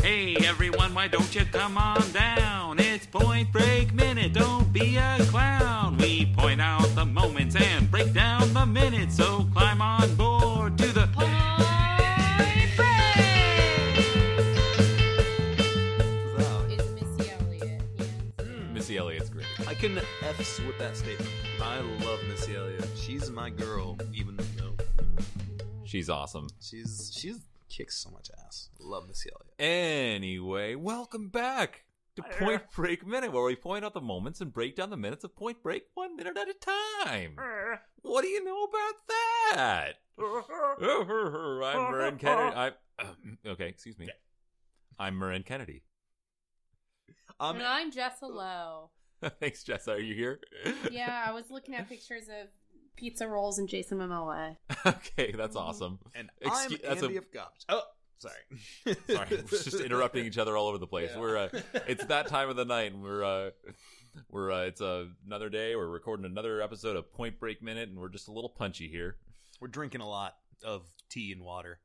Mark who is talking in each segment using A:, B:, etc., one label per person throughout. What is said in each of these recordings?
A: Hey everyone, why don't you come on down? It's Point Break Minute, don't be a clown. We point out the moments and break down the minutes, so climb on board to the Point
B: is Missy Elliott.
C: Missy Elliott's great.
D: I couldn't F's with that statement. I love Missy Elliott. She's my girl, even though
C: She's awesome.
D: she's she's kicks so much ass. Love Missy Elliott.
C: Anyway, welcome back to Point Break Minute, where we point out the moments and break down the minutes of Point Break one minute at a time. What do you know about that? I'm Marin Kennedy. I'm, uh, okay, excuse me. I'm Marin Kennedy.
D: Um,
B: and I'm Jess Lowe.
C: Thanks, Jess. Are you here?
B: Yeah, I was looking at pictures of pizza rolls and Jason Momoa.
C: okay, that's awesome.
D: and I'm
C: Excuse- that's a-
D: Andy of Gobs. Oh, sorry.
C: Sorry, we're just interrupting each other all over the place.
D: Yeah.
C: We're uh, it's that time of the night, and we're uh, we're uh, it's uh, another day. We're recording another episode of Point Break Minute, and we're just a little punchy here.
D: We're drinking a lot of tea and water.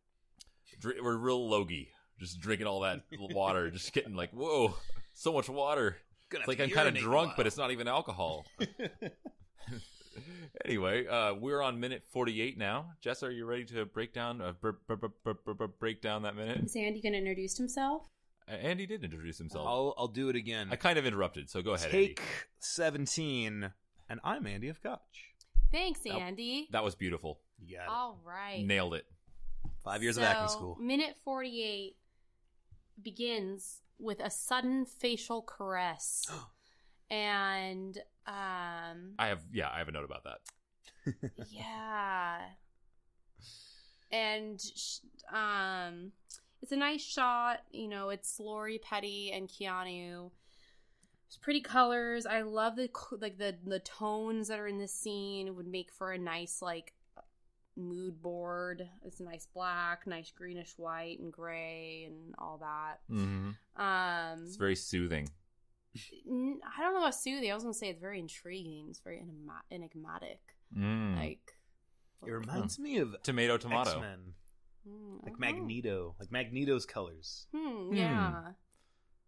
C: Dr- we're real logy, just drinking all that water, just getting like, whoa, so much water. It's
D: Gonna have
C: like
D: to
C: I'm kind of
D: urinate a
C: drunk, but
D: while.
C: it's not even alcohol. anyway, uh, we're on minute 48 now. Jess, are you ready to break down uh, br- br- br- br- br- br- break down that minute?
B: Is Andy going to introduce himself?
C: Uh, Andy did introduce himself.
D: I'll I'll do it again.
C: I kind of interrupted, so go ahead.
D: Take
C: Andy.
D: seventeen, and I'm Andy of Gotch.
B: Thanks,
C: Nope.
B: Andy.
C: That was beautiful.
D: You got it.
B: All right.
C: Nailed it.
D: Five years of acting
B: So,
D: school.
B: Minute 48 begins with a sudden facial caress. and um
C: I have yeah, I have a note about that.
B: yeah. And sh- um it's a nice shot, you know, it's Lori Petty and Keanu. It's pretty colors. I love the c- like the the tones that are in this scene It would make for a nice like mood board. It's a nice black, nice greenish white and gray and all that.
C: Mm-hmm.
B: Um
C: It's very soothing.
B: n- I don't know about soothing. I was going to say it's very intriguing. It's very enigma- enigmatic.
C: Mm.
B: Like
D: It reminds me of
C: tomato, tomato.
D: X Men,
B: Mm, I
D: like
B: don't
D: Magneto, like Magneto's colors.
B: know. Hmm, yeah.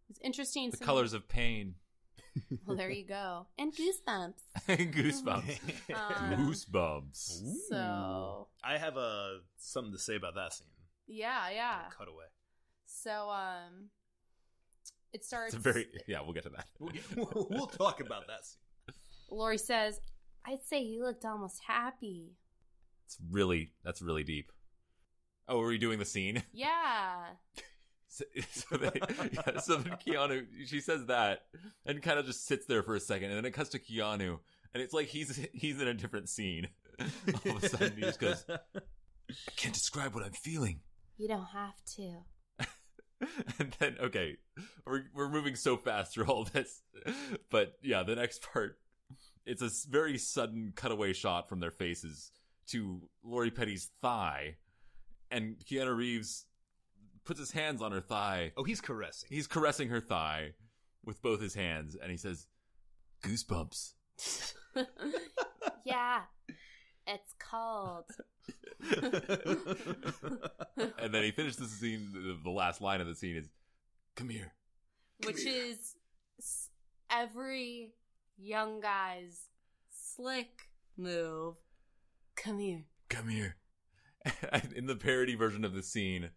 B: It's interesting.
C: The
B: some-
C: colors of pain.
B: Well, there you go. And goosebumps.
C: Goosebumps.
B: Um,
C: Goosebumps.
B: So,
D: I have uh, something to say about that scene.
B: yeah, yeah.
D: Cutaway.
B: So, um, it starts.
C: It's a very yeah. We'll get to that.
D: We'll, we'll talk about that scene.
B: Lori says, I'd say he looked almost happy.
C: It's really that's really deep. Oh, are we doing the scene?
B: Yeah.
C: So, so, they, yeah, so then Keanu, she says that, and kind of just sits there for a second, and then it cuts to Keanu, and it's like he's he's in a different scene. All of a sudden, he just goes, "I can't describe what I'm feeling."
B: You don't have to.
C: and then okay we're, we're moving so fast through all this but yeah the next part it's a s- very sudden cutaway shot from their faces to lori petty's thigh and keanu reeves puts his hands on her thigh
D: Oh, he's caressing.
C: he's caressing her thigh with both his hands and he says goosebumps
B: yeah. It's cold.
C: and then he finishes the scene the- the last line of the scene is come here
B: which is s- every young guy's slick move. Come here.
C: come here in the parody version of the scene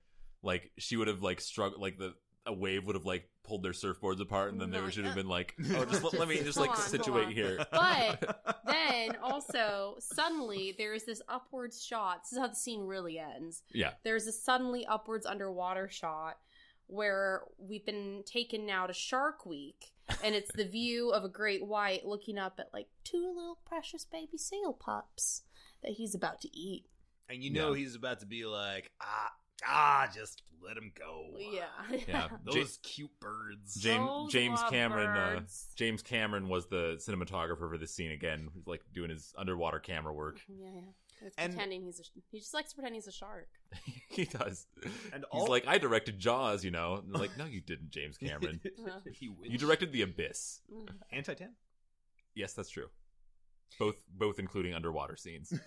C: like she would have like struck like the a wave would have like pulled their surfboards apart and then they
B: Like,
C: should have
B: uh,
C: been like oh just let, let me just like
B: Hold on, hold
C: situate
B: on.
C: here
B: But Then also, suddenly, there's this upwards shot. This is how the scene really ends.
C: yeah
B: There's a suddenly upwards underwater shot where we've been taken now to Shark Week, and it's the view of a great white looking up at like two little precious baby seal pups that he's about to eat.
D: and you know
C: Yeah.
D: he's about to be like, ah, ah, just let him go.
B: Yeah.
C: yeah
D: Those
C: Ja-
D: cute birds.
C: james
B: Those
C: james cameron uh,
B: lovebirds.
C: james cameron was the cinematographer for this scene again he's like doing his underwater camera work
B: Yeah, yeah. It's
D: And-
B: pretending he's a sh- he just likes to pretend he's a shark.
C: he does
D: And
C: he's
D: all-
C: like i directed jaws you know and they're like no you didn't james cameron
D: he wins.
C: you directed the abyss
D: anti tan.
C: yes that's true both both including underwater scenes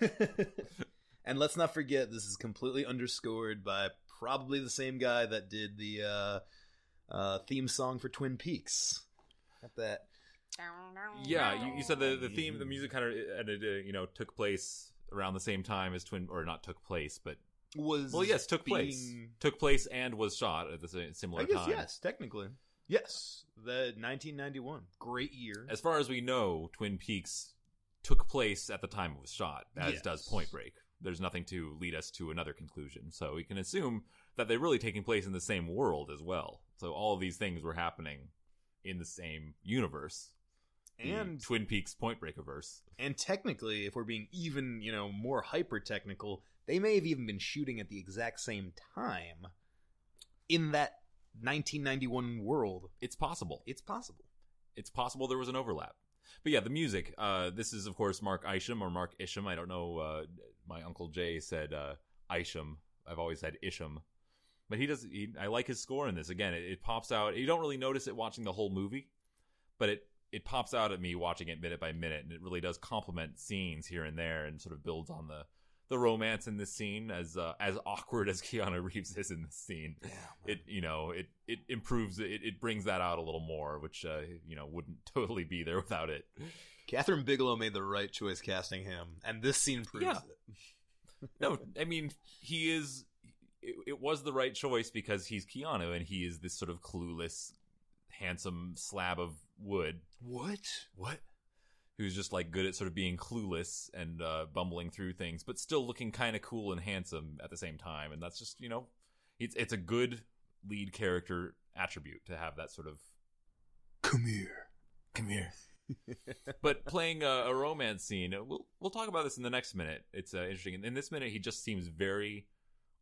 D: and let's not forget, this is completely underscored by probably the same guy that did the uh, Uh, theme song for Twin Peaks. Got that.
C: Yeah, you, you said the, the
D: Mm-hmm.
C: theme, the music kind of, uh, uh, you know, took place around the same time as Twin, or not took place, but
D: Was
C: well, yes, took place,
D: being-
C: took place, and was shot at the same, similar
D: I guess
C: time.
D: yes, technically yes. The 1991, great year.
C: As far as we know, Twin Peaks took place at the time it was shot, as
D: Yes.
C: does Point Break. There's nothing to lead us to another conclusion, so we can assume that they're really taking place in the same world as well. So all of these things were happening in the same universe. The
D: and
C: Twin Peaks Point Breakiverse.
D: and technically, if we're being even you know more hyper technical, they may have even been shooting at the exact same time in that 1991 world.
C: It's possible.
D: It's possible.
C: It's possible there was an overlap. But yeah, the music. Uh, this is of course Mark Isham or Mark Isham. I don't know. Uh, my uncle Jay said uh, Isham. I've always said Isham, but he does. He, I like his score in this. Again, it, it pops out. You don't really notice it watching the whole movie, but it it pops out at me watching it minute by minute, and it really does complement scenes here and there, and sort of builds on the the romance in this scene as uh, as awkward as Keanu Reeves is in this scene it you know it it improves it it brings that out a little more which uh, you know wouldn't totally be there without it
D: Catherine Bigelow made the right choice casting him, and this scene proves
C: Yeah.
D: it.
C: no i mean he is it, it was the right choice because he's keanu and he is this sort of clueless handsome slab of wood
D: What? What?
C: who's just like good at sort of being clueless and uh, bumbling through things, but still looking kind of cool and handsome at the same time. And that's just you know, it's it's a good lead character attribute to have that sort of come here, come here. but playing a, a romance scene, uh, we'll we'll talk about this in the next minute. It's uh, interesting. In, in this minute, he just seems very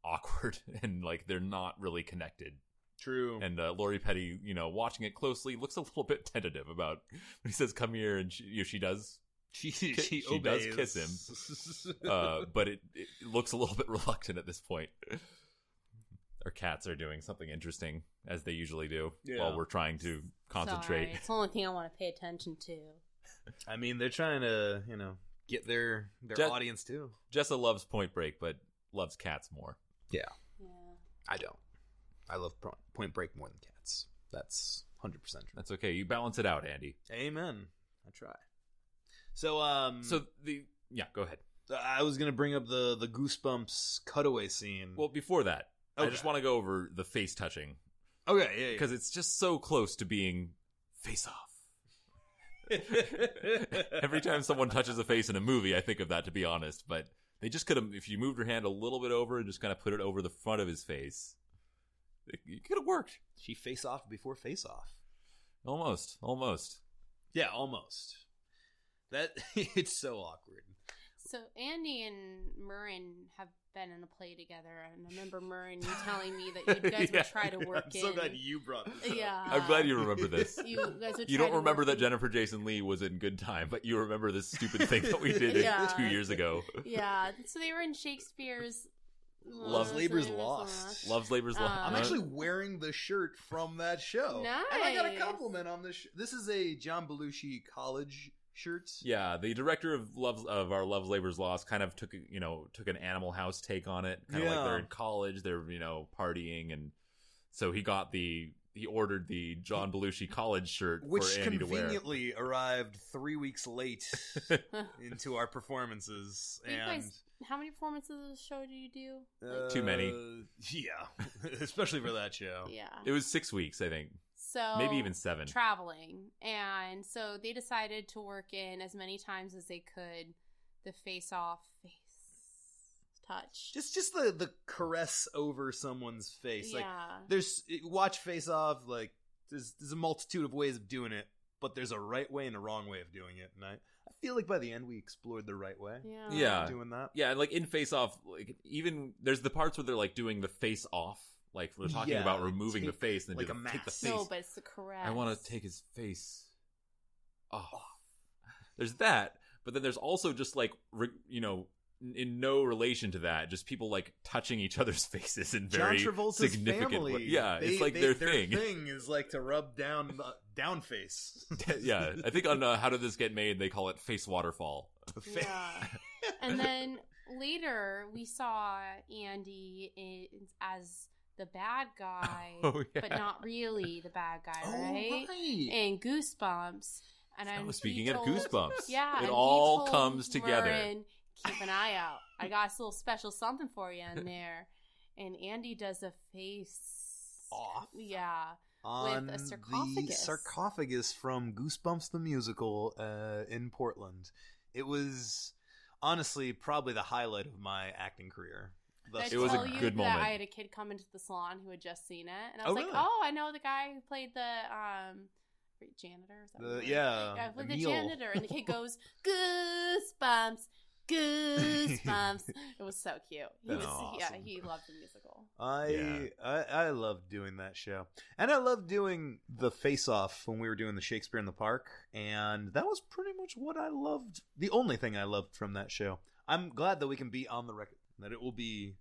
C: awkward and like they're not really connected.
D: True.
C: And uh, Lori Petty, you know, watching it closely, looks a little bit tentative about when he says "come here" and she, you know, she does
D: she, she,
C: she does kiss
D: him.
C: uh, but it, it looks a little bit reluctant at this point. Our cats are doing something interesting, as they usually do,
D: Yeah.
C: while we're trying to concentrate.
B: Sorry, It's the only thing I want to pay attention to.
D: I mean, they're trying to, you know, get their their
C: Just-
D: audience too.
C: Jessa loves Point Break, but loves cats more.
B: Yeah.
D: I don't. I love Pro- Point Break more than Cats. That's hundred percent true.
C: That's okay. You balance it out, Andy.
D: Amen. I try. So, um,
C: So the Mm. yeah, go ahead.
D: I was gonna bring up the the Goosebumps cutaway scene.
C: Mm. Well, before that, I
D: Okay.
C: just want to go over the face touching
D: okay, yeah, yeah.
C: because it's just so close to being face off. Every time someone touches a face in a movie, I think of that to be honest. But they just could have, if you moved your hand a little bit over and just kind of put it over the front of his face, it, it could have worked.
D: she face off before face off.
C: Almost, almost.
D: Yeah, almost. That it's so awkward.
B: So Andy and Murrin have been in a play together, and I remember Murrin you telling me that you guys
C: Yeah.
B: would try to work
D: I'm
B: in.
D: so glad you brought this up.
B: yeah.
C: I'm glad you remember this.
B: You guys would
C: You
B: try
C: don't
B: to
C: remember
B: work
C: that
B: in-
C: Jennifer Jason Lee was in Good Time, but you remember this stupid thing that we did
B: Yeah.
C: two years ago.
B: Yeah. So they were in Shakespeare's
D: Love
B: Uh,
D: Labor's
B: Selena's
D: Lost.
C: Love's Labor's
B: Um,
C: Lost.
D: Uh, I'm actually wearing the shirt from that show. And I got a
B: Nice.
D: compliment on this. Sh- this is a John Belushi college shirt.
C: Yeah, the director of Love's of our Love's Labor's Lost kind of took you know took an Animal House take on it. Kind of
D: Yeah.
C: like they're in college, they're you know partying, and so he got the he ordered the John Belushi college shirt
D: Which
C: for Andy to wear.
D: conveniently arrived three weeks late
B: Lost.
D: into our performances.
B: You
D: and
B: guys- How many performances of the show do you do? Like,
D: uh,
C: Too many.
D: Yeah. Especially for that show.
B: yeah.
C: It was six weeks, I think,
B: So
C: maybe even seven.
B: traveling, and so they decided to work in as many times as they could the face-off face touch.
D: Just just the, the caress over someone's face. Like
B: yeah.
D: there's watch face off, like there's there's a multitude of ways of doing it, but there's a right way and a wrong way of doing it. And I, I feel like by the end we explored the right way.
B: yeah.
C: Yeah.
D: doing that.
C: yeah, and like in Face Off, like even there's the parts where they're like doing the face off, like we're talking
D: Yeah,
C: about removing
D: take-
C: the face and then
D: like
C: do
D: a
C: the, take the
D: mask.
C: face.
B: No, but it's the correct.
C: I want to take his face off. There's that, but then there's also just like re- you know, n- in no relation to that, just people like touching each other's faces in very
D: John Travolta's
C: significant.
D: family.
C: wa- Yeah,
D: they-
C: it's like
D: they-
C: their,
D: their
C: thing.
D: is like to rub down the down face.
C: yeah, I think on uh, How Did This Get Made, they call it face waterfall.
D: The fa-
B: Yeah. and then later we saw Andy in, as the bad guy,
C: Oh, yeah.
B: but not really the bad guy,
D: Oh,
B: right?
D: right.
B: And Goosebumps. And I'm
C: Oh, speaking
B: he
C: of
B: told-
C: goosebumps,
B: yeah, and
C: it
B: he
C: all
B: told
C: comes together.
B: Lauren, Keep an eye out. I got this little special something for you in there. And Andy does a face
D: Off.
B: Yeah,
D: on
B: a sarcophagus.
D: the sarcophagus from Goosebumps the musical uh, in Portland. It was honestly probably the highlight of my acting career. thus
B: Did
C: It
B: I
C: was a
B: tell
D: far.
B: you
C: good
B: that
C: moment.
B: I had a kid come into the salon who had just seen it, and I was
D: Oh,
B: like,
D: really?
B: "Oh, I know the guy who played the um wait, janitor." Is that
D: The-
B: what he was?
D: yeah,
B: yeah, I played the
D: Emil.
B: janitor, and the kid goes, "Goosebumps, goosebumps." it was so cute. He
D: That's
B: was, yeah,
D: awesome.
B: he loved the musical.
D: I,
C: Yeah.
D: I I loved doing that show, and I loved doing the Face Off when we were doing the Shakespeare in the Park, and that was pretty much what I loved. The only thing I loved from that show. I'm glad that we can be on the record that it will be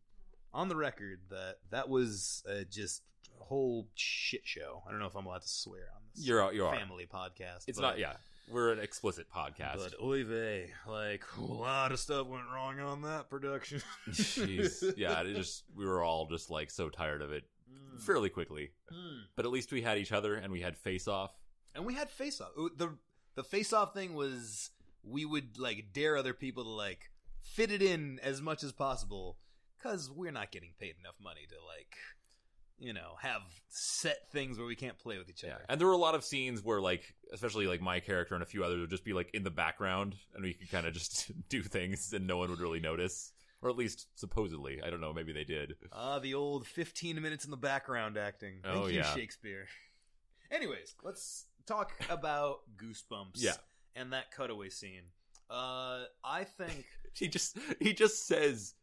D: on the record that that was uh, just a whole shit show. I don't know if I'm allowed to swear on this.
C: You're out. You are.
D: family podcast.
C: It's
D: but-
C: not. Yeah, we're an explicit podcast.
D: But oy vey, like a lot of stuff went wrong on that production.
C: Jeez. Yeah. It just we were all just like so tired of it
B: Hmm.
D: Mm.
C: fairly quickly.
D: Mm.
C: But at least we had each other and we had face off.
D: And we had face off. The the face off thing was we would like dare other people to like fit it in as much as possible cuz we're not getting paid enough money to like you know, have set things where we can't play with each
C: Yeah.
D: other.
C: And there were a lot of scenes where like especially like my character and a few others would just be like in the background and we could kind of just do things and no one would really notice. Or at least supposedly. I don't know, maybe they did.
D: Ah, the old 15 minutes in the background acting. Thank
C: Oh,
D: you,
C: yeah.
D: Shakespeare. Anyways, let's talk about Goosebumps
C: Yeah.
D: and that cutaway scene. Uh, I think
C: He just he just says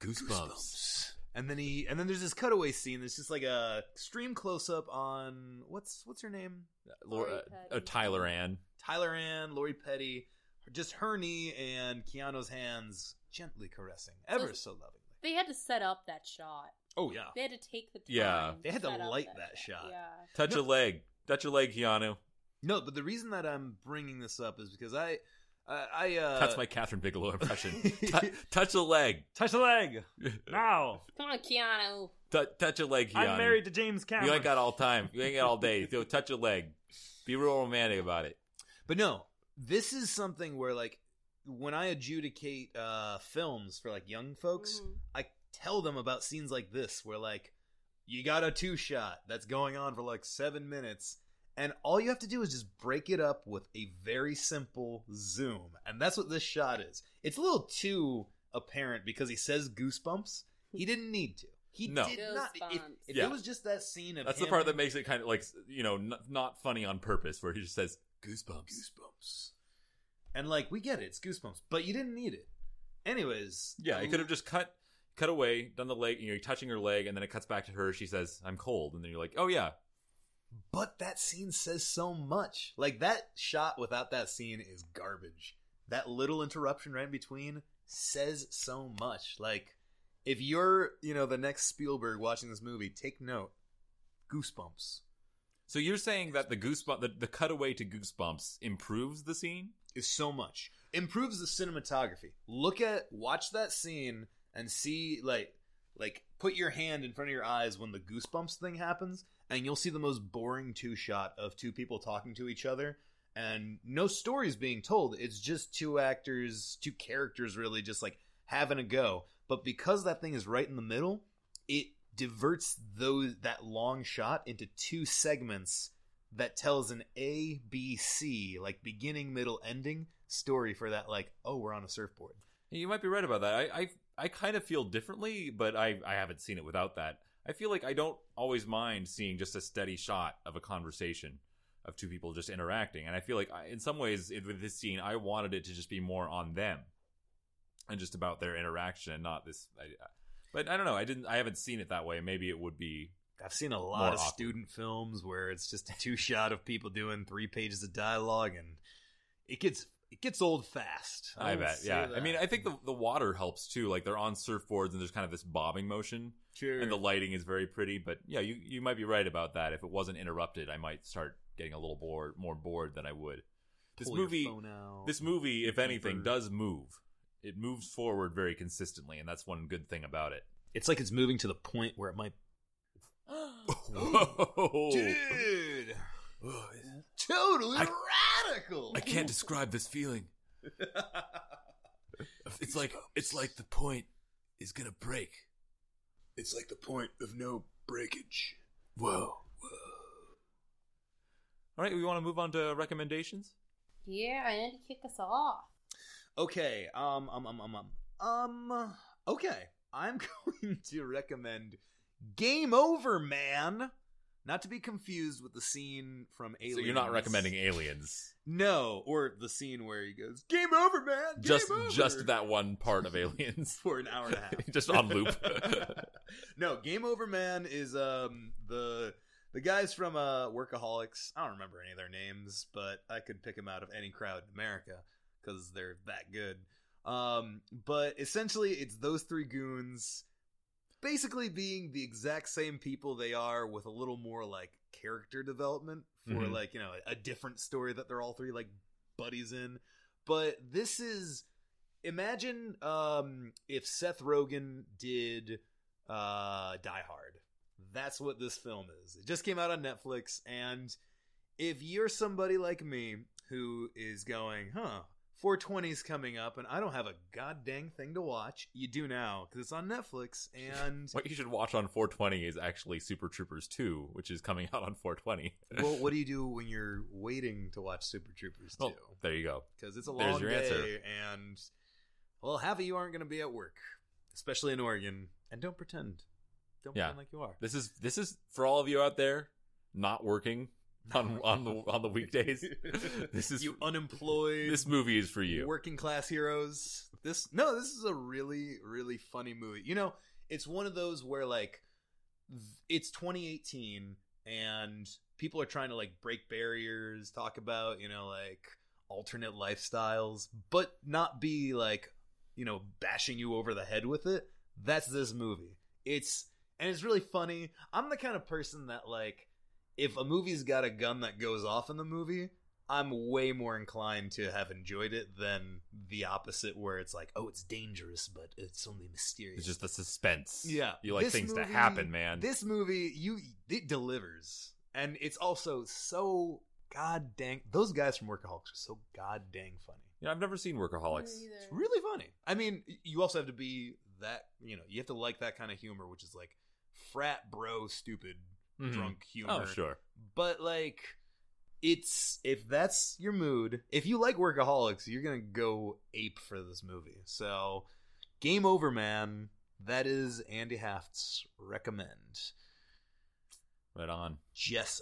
C: goosebumps.
D: And then he and then there's this cutaway scene that's just like a extreme close up on what's what's her name?
C: Laura, uh, Tyler Ann.
D: Tyler Ann, Lori Petty, just her knee and Keanu's hands gently caressing, ever so lovingly.
B: They had to set up that shot.
D: Oh yeah.
B: They had to take the time.
C: Yeah.
B: to
D: They had to
B: set up
D: light that shot.
B: Yeah,
C: Touch a
D: No.
C: leg. Touch a leg, Keanu.
D: No, but the reason that I'm bringing this up is because I I, I uh
C: That's my Catherine Bigelow impression. Tou- touch a leg.
E: Touch a leg now.
B: come on, Keanu.
C: Tou- touch a leg, Keanu.
E: I'm married to James Cameron.
C: You ain't got all time. You ain't got all day. So touch a leg. Be real romantic about it.
D: But no, this is something where like when I adjudicate uh films for like young folks,
B: Mhm.
D: I tell them about scenes like this where like you got a two shot that's going on for like 7 minutes and all you have to do is just break it up with a very simple zoom. And that's what this shot is. It's a little too apparent because he says goosebumps. He didn't need to. He
C: No.
D: did not. If,
B: Goosebumps.
D: if
C: Yeah.
D: it was just that scene of
C: That's the
D: him-
C: part that makes it kind of like you know n- not funny on purpose, where he just says goosebumps.
D: goosebumps. And like we get it, it's goosebumps, but you didn't need it. Anyways, um,
C: Yeah, he could have just cut cut away, done the leg. You know, you're touching her leg, and then it cuts back to her. She says, "I'm cold," and then you're like, "Oh yeah,
D: But that scene says so much. Like that shot without that scene is garbage. That little interruption right in between says so much. Like if you're, you know, the next Spielberg watching this movie, take note. Goosebumps
C: So you're saying that the goosebump, the, the cutaway to goosebumps improves the scene?
D: is so much. Improves the cinematography. Look at watch that scene and see like like put your hand in front of your eyes when the goosebumps thing happens and you'll see the most boring two shot of two people talking to each other and no stories being told it's just two actors two characters really just like having a go but because that thing is right in the middle it diverts those that long shot into two segments that tells an a b c like beginning middle ending story for that like oh we're on a surfboard
C: You might be right about that. I I, I kind of feel differently, but I, I haven't seen it without that. I feel like I don't always mind seeing just a steady shot of a conversation of two people just interacting, and I feel like I, in some ways it, with this scene, I wanted it to just be more on them and just about their interaction, and not this. I, I- but I don't know. I didn't. I haven't seen it that way. Maybe it would be.
D: I've seen a
C: More
D: lot of
C: awkward.
D: student films where it's just a two shot of people doing three pages of dialogue, and it gets it gets old fast.
C: I,
D: will
C: bet.
D: say
C: Yeah. I
D: that.
C: mean, I think the the water helps too. Like they're on surfboards, and there's kind of this bobbing motion.
D: Sure.
C: and the lighting is very pretty. But yeah, you you might be right about that. If it wasn't interrupted, I might start getting a little bored, more bored than I would. This
D: Pull your
C: movie,
D: phone out.
C: this movie, if anything,
D: Bird.
C: does move. It moves forward very consistently, and that's one good thing about it.
D: it's like it's moving to the point where it might
C: Whoa.
D: Dude,
C: Oh, it's-
D: totally
C: I-
D: radical.
C: I can't describe this feeling. It's like it's like the point is gonna break.
F: It's like the point of no breakage.
C: Whoa. All right, we want to move on to recommendations.
B: Yeah, I had to kick us off.
D: okay, um, um, um, um, um, um. Okay, I'm going to recommend Game Over Man. Not to be confused with the scene from Aliens.
C: Aliens,
D: No, or the scene where he goes, "Game over, man." Game over."
C: that one part of Aliens,
D: for an hour and a half.
C: just on loop.
D: no, Game Over Man is um the the guys from uh Workaholics. I don't remember any of their names, but I could pick them out of any crowd in America because they're that good. Um, but essentially, it's those three goons basically being the exact same people they are with a little more like character development for
C: Mhm.
D: like you know a different story that they're all three like buddies in but this is imagine um if Seth Rogen did uh Die Hard that's what this film is it just came out on Netflix and if you're somebody like me who is going huh 420's coming up and I don't have a goddamn thing to watch you do now cuz it's on Netflix and
C: what you should watch on 420 is actually Super Troopers 2, which is coming out on 420.
D: well, what do you do when you're waiting to watch Super Troopers
C: Oh,
D: too?
C: there you go.
D: Because it's a
C: there's
D: long
C: your
D: day,
C: answer.
D: and well, half of you aren't going to be at work, especially in Oregon. And don't pretend, don't
C: Yeah.
D: pretend like you are.
C: This is this is for all of you out there not working on on the on the weekdays. This is
D: you unemployed.
C: this movie is for you.
D: Working class heroes. This no, this is a really really funny movie. You know, it's one of those where like th- it's 2018 and people are trying to like break barriers, talk about, you know, like alternate lifestyles, but not be like, you know, bashing you over the head with it. That's this movie. It's and it's really funny. I'm the kind of person that like if a movie's got a gun that goes off in the movie, I'm way more inclined to have enjoyed it than the opposite, where it's like, oh, it's dangerous, but it's only mysterious.
C: It's just the suspense.
D: yeah,
C: You like
D: This
C: things to
D: movie-
C: happen, man.
D: This movie, you it delivers, and it's also so god dang. Those guys from Workaholics are so god dang funny.
C: you know, I've never seen Workaholics.
B: Me either.
D: It's really funny. I mean, you also have to be that you know you have to like that kind of humor, which is like frat bro stupid
C: Mhm.
D: drunk humor
C: Oh, sure.
D: but like it's if that's your mood if you like workaholics you're gonna go ape for this movie so game over man that is andy haft's recommend
C: Right on.
D: jessa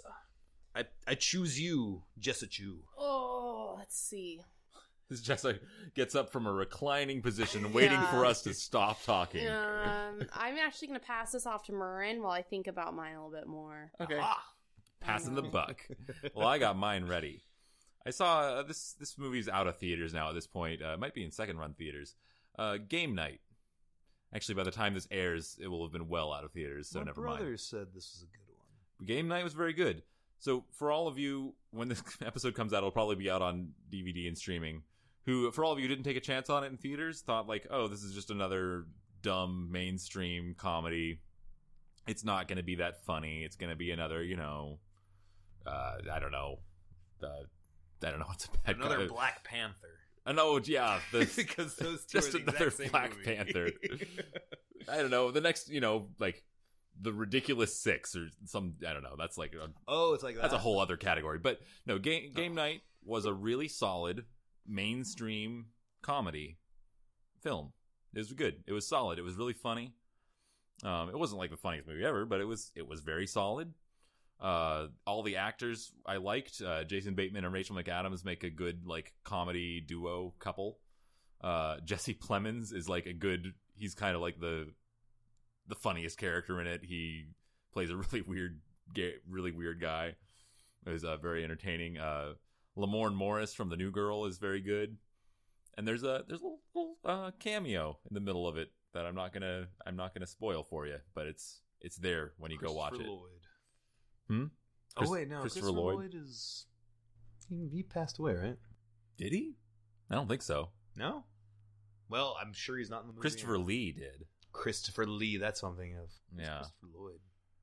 D: i i choose you jessa chu
B: Oh, let's see.
C: This Jessica gets up from a reclining position, waiting for
B: Yeah.
C: us to stop talking.
B: Um, I'm actually gonna pass this off to Marin while I think about mine a little bit more. Um,
C: Okay.
D: Ah.
C: Passing the buck. well, I got mine ready. I saw uh, this. This movie's out of theaters now at this point. Uh, it might be in second run theaters. Uh, Game night. Actually, by the time this airs, it will have been well out of theaters. So
D: my
C: never
D: brother
C: mind.
D: said this was a good one
C: Game night was very good. So for all of you, when this episode comes out, it'll probably be out on DVD and streaming. Who, for all of you, who didn't take a chance on it in theaters, thought like, oh, this is just another dumb mainstream comedy. It's not going to be that funny. It's going to be another, you know, uh, I don't know, uh, I don't know what's a bad
D: another
C: guy-
D: black panther
C: I know, yeah, the,
D: because those two
C: just
D: are the exact
C: another
D: same
C: Black
D: movie.
C: Panther. I don't know the next, you know, like the ridiculous six or some. I don't know. That's like a
D: oh it's like that.
C: that's a whole other category. But no, game game
D: Oh.
C: night was a really solid mainstream comedy film. It was good. It was solid. It was really funny. Um, it wasn't like the funniest movie ever, but it was it was very solid. Uh, all the actors I liked. Uh, Jason Bateman and Rachel McAdams make a good like comedy duo couple. Uh, Jesse Plemons is like a good. He's kind of like the the funniest character in it. He plays a really weird, ga- really weird guy. It was uh, very entertaining. Uh, Lamorne Morris from The New Girl is very good, and there's a there's a little, little, uh, cameo in the middle of it that I'm not gonna I'm not gonna spoil for you, but it's it's there when you go watch
D: Christopher
C: it.
D: Lloyd.
C: Hmm? Chris-
D: oh wait, no.
C: Christopher
D: Christopher,
C: Lloyd?
D: Lloyd? is he, he passed away, right?
C: Did he? I don't think so.
D: No. Well, I'm sure he's not in the movie.
C: Christopher Lee did.
D: Christopher Lee. That's something of. It's
C: Yeah.
D: Christopher Lloyd.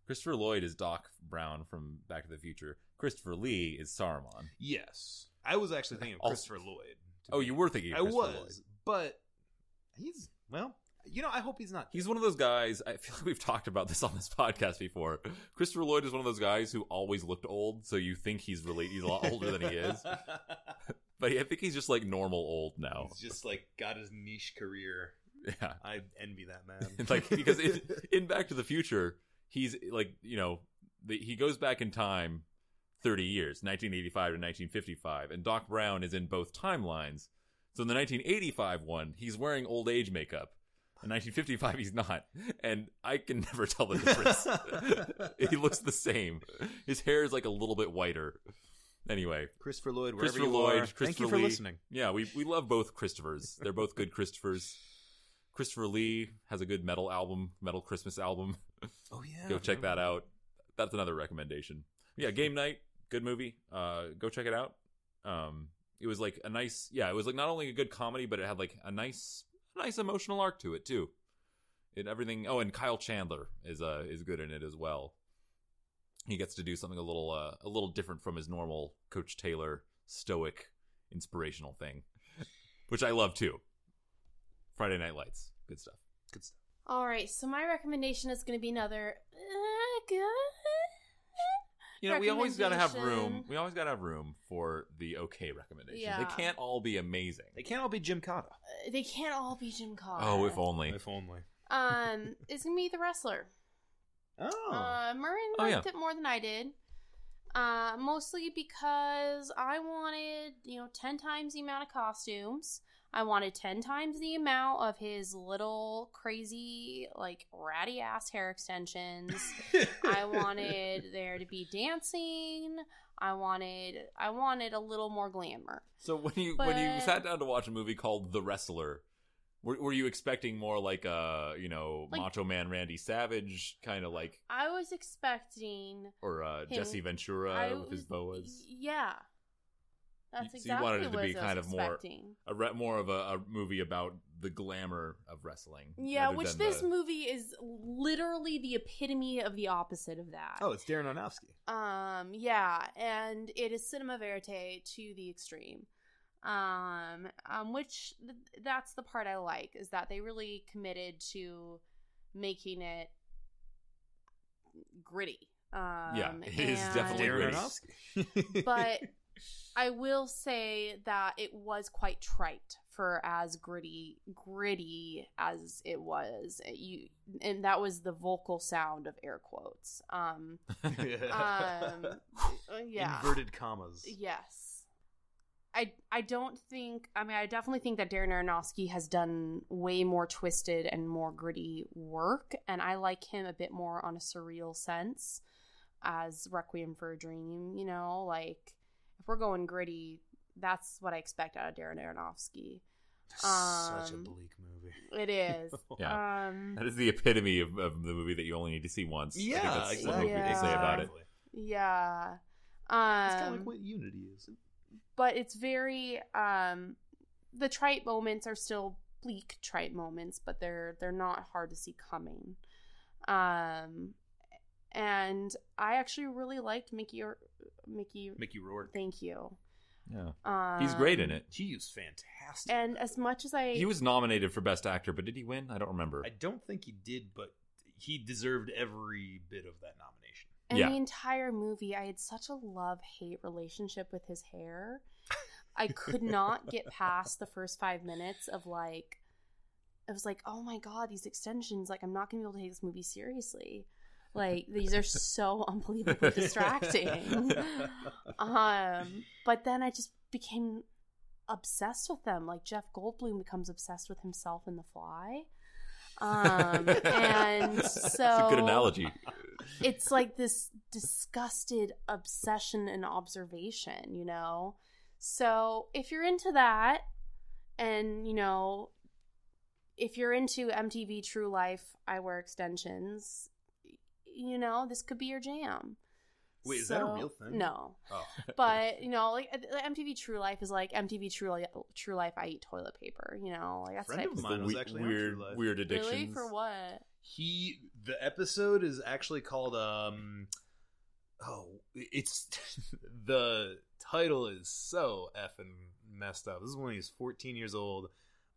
C: Christopher Lloyd is Doc Brown from Back to the Future. Christopher Lee is Saruman.
D: Yes, I was actually thinking of
C: Also-
D: Christopher Lloyd.
C: Oh, you were thinking. Of
D: I
C: Christopher
D: was,
C: Lloyd.
D: but he's well. You know, I hope he's not.
C: He's one of those guys. I feel like we've talked about this on this podcast before. Christopher Lloyd is one of those guys who always looked old, so you think he's really he's a lot older than he is. But I think he's just like normal old now.
D: He's just like got his niche career.
C: Yeah,
D: I envy that man.
C: like because in, in Back to the Future, he's like you know the, he goes back in time thirty years, nineteen eighty five to nineteen fifty five, and Doc Brown is in both timelines. So in the nineteen eighty five one, he's wearing old age makeup. In 1955, he's not, and I can never tell the difference. he looks the same. His hair is like a little bit whiter. Anyway,
D: Christopher Lloyd, wherever
C: Christopher
D: you
C: Lloyd,
D: are, thank
C: Christopher
D: you for
C: Lee.
D: listening.
C: yeah, we we love both Christophers. They're both good Christophers. Christopher Lee has a good metal album, metal Christmas album.
D: Oh yeah,
C: Go check that out. That's another recommendation. Yeah, Game Night, good movie. Uh, go check it out. Um, it was like a nice, yeah, it was like not only a good comedy, but it had like a nice, nice emotional arc to it too. It everything. Oh, and Kyle Chandler is uh is good in it as well. He gets to do something a little uh, a little different from his normal Coach Taylor stoic inspirational thing, which I love too. Friday Night Lights, good stuff.
D: Good stuff.
B: All right, so my recommendation is going to be another uh, good.
C: you know, we always gotta have room.
B: recommendation.
C: We always gotta have room for the okay recommendations.
B: Yeah.
C: They can't all be amazing.
D: They can't all be Jim Cotta.
B: Uh, They can't all be Jim Carr.
C: Oh, if only.
D: If only.
B: Um, it's gonna be the wrestler.
D: Oh,
B: Uh, Marin
C: Oh,
B: liked it more than I did. Uh, mostly because I wanted, you know, 10 times the amount of costumes. I wanted 10 times the amount of his little crazy, like, ratty ass hair extensions. I wanted there to be dancing. I wanted, I wanted a little more glamour.
C: So when you when you
B: But-
C: sat down to watch a movie called The Wrestler, were, were you expecting more like a you know
B: Like-
C: Macho Man Randy Savage kind of like
B: I was expecting
C: or uh,
B: Him.
C: Jesse Ventura
B: I
C: with his boas?
B: Yeah. That's
C: You- so
B: exactly
C: you wanted it to
B: what
C: be
B: I was
C: kind of more-
B: expecting.
C: A re- more of a, a movie about the glamour of wrestling.
B: Yeah,
C: rather
B: which
C: than
B: this
C: the-
B: movie is literally the epitome of the opposite of that.
D: oh, it's Darren Aronofsky.
B: Um, yeah, and it is cinema verite to the extreme. Um, um, which th- that's the part I like is that they really committed to making it gritty. Um,
C: Yeah, it is definitely
B: and-
C: gritty.
D: Darren Aronofsky.
B: but I will say that it was quite trite for as gritty gritty as it was. It- you and that was the vocal sound of air quotes. Um, um, yeah,
D: Inverted commas.
B: yes. I I don't think. I mean, I definitely think that Darren Aronofsky has done way more twisted and more gritty work, and I like him a bit more on a surreal sense as Requiem for a Dream, you know, like if we're going gritty, that's what I expect out of Darren Aronofsky.
D: Such a
B: Um,
D: bleak movie.
B: It is.
C: Yeah.
B: Um
C: that is the epitome of, of the movie that you only need to see once. I think
D: Yeah,
C: that's
D: exactly.
C: what people say about it.
D: Exactly.
B: yeah.
D: It's kind of
B: Um
D: like what Unity is.
B: but it's very um the trite moments are still bleak trite moments, but they're they're not hard to see coming. Um and I actually really liked Mickey or Mickey
D: Mickey Rourke.
B: thank you.
C: Yeah,
B: Um,
C: he's great in it.
D: He was fantastic.
B: And as much as I
C: He was nominated for Best Actor, but did he win? I don't remember.
D: I don't think he did, but he deserved every bit of that nomination.
B: and
C: Yeah.
B: the entire movie, I had such a love hate relationship with his hair. I could not get past the first five minutes of like, I was like, oh my god, these extensions! Like, I'm not gonna be able to take this movie seriously. Like, these are so unbelievably distracting. um, but then I just became obsessed with them. Like Jeff Goldblum becomes obsessed with himself in The Fly. Um, and so
C: That's a good analogy.
B: it's like this disgusted obsession and observation, you know? So if you're into that, and, you know, if you're into MTV True Life, I wear extensions, you know, this could be your jam.
D: Wait, is that a
B: So-
D: real thing?
B: No,
D: Oh.
B: but you know, like the MTV True Life is like MTV True Li- True Life. I eat toilet paper. You know, like that's what
D: Friend
B: I-
D: of Mine
C: The
D: was
C: we-
D: actually on
C: weird,
D: True Life.
C: weird addictions.
B: really for what?
D: He the episode is actually called um oh it's the title is so effing messed up. This is when he's 14 years old.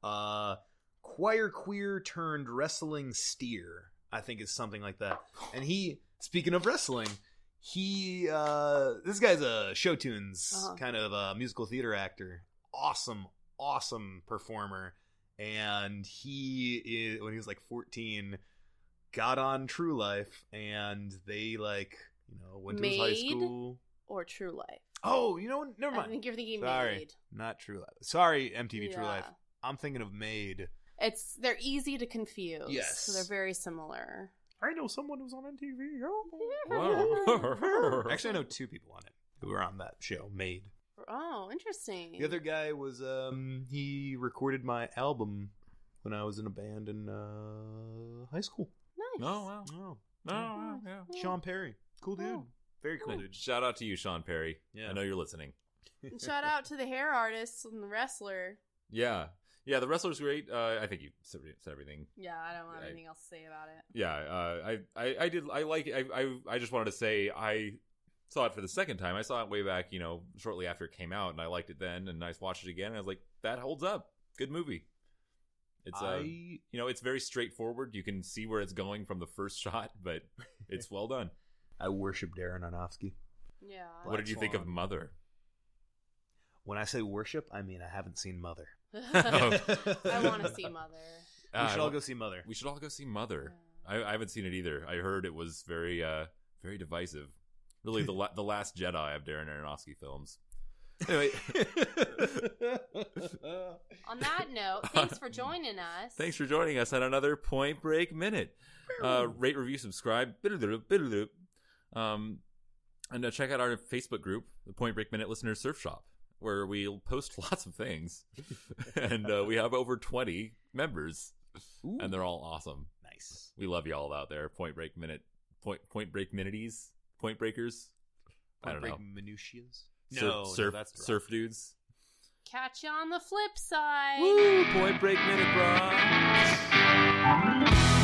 D: Uh choir queer turned wrestling steer. I think is something like that. And he speaking of wrestling, he uh this guy's a show tunes
B: Uh-huh.
D: kind of uh musical theater actor. Awesome, awesome performer. And he is when he was like 14 got on True Life and they like, you know, went to his high
B: Made?
D: school.
B: Or True Life?
D: Oh, you know, what? never
B: I
D: mind.
B: think you're thinking
D: Sorry.
B: made.
D: Not True Life. Sorry, MTV True
B: Yeah.
D: Life. I'm thinking of Made.
B: It's they're easy to confuse.
D: Yes.
B: so they're very similar.
E: I know someone who's on MTV.
C: Wow.
D: Actually, I know two people on it who were on that show, Made.
B: Oh, interesting.
D: The other guy was um he recorded my album when I was in a band in uh high school.
B: nice.
C: No, wow.
D: Oh,
C: No, wow, yeah.
E: Oh.
D: Sean Perry. Cool dude.
B: Oh.
D: Very cool
C: Good.
D: dude.
C: Shout out to you, Sean Perry.
D: Yeah.
C: I know you're listening.
B: And Shout out to the hair artist and the wrestler.
C: Yeah. Yeah, the wrestler's great. Uh, I think you said said everything.
B: Yeah, I don't have
C: I-
B: anything else to say about it.
C: Yeah, uh, I, I, I did. I like. I, I, I just wanted to say I saw it for the second time. I saw it way back, you know, shortly after it came out, and I liked it then. And I watched it again, and I was like, that holds up. Good movie. It's
D: um,
C: uh,
D: I
C: you know, it's very straightforward. You can see where it's going from the first shot, but it's well done.
D: I worship Darren Aronofsky.
B: Yeah.
C: what did you think of
D: Swan.
C: Mother?
D: When I say worship, I mean I haven't seen Mother.
B: I want to see Mother. Um,
D: We
C: Oh. Uh,
D: should all go see Mother.
C: We should all go see Mother. I, I haven't seen it either. I heard it was very, uh, very divisive. Really, the la- the last Jedi of Darren Aronofsky films. Anyway,
B: On that note, thanks for joining us.
C: thanks for joining us on another Point Break minute. Uh, rate, review, subscribe. Um, and uh, check out our Facebook group, the Point Break Minute Listener Surf Shop, where we'll post lots of things, and uh, we have over twenty members,
D: Ooh.
C: and they're all awesome.
D: nice.
C: We love y'all out there. Point Break Minute, Point Point Break Minities, Point Breakers. I don't know.
D: Minutia's.
C: Surf- surf, surf dudes.
B: Catch you on the flip side.
C: Woo! Point Break Minute, bro.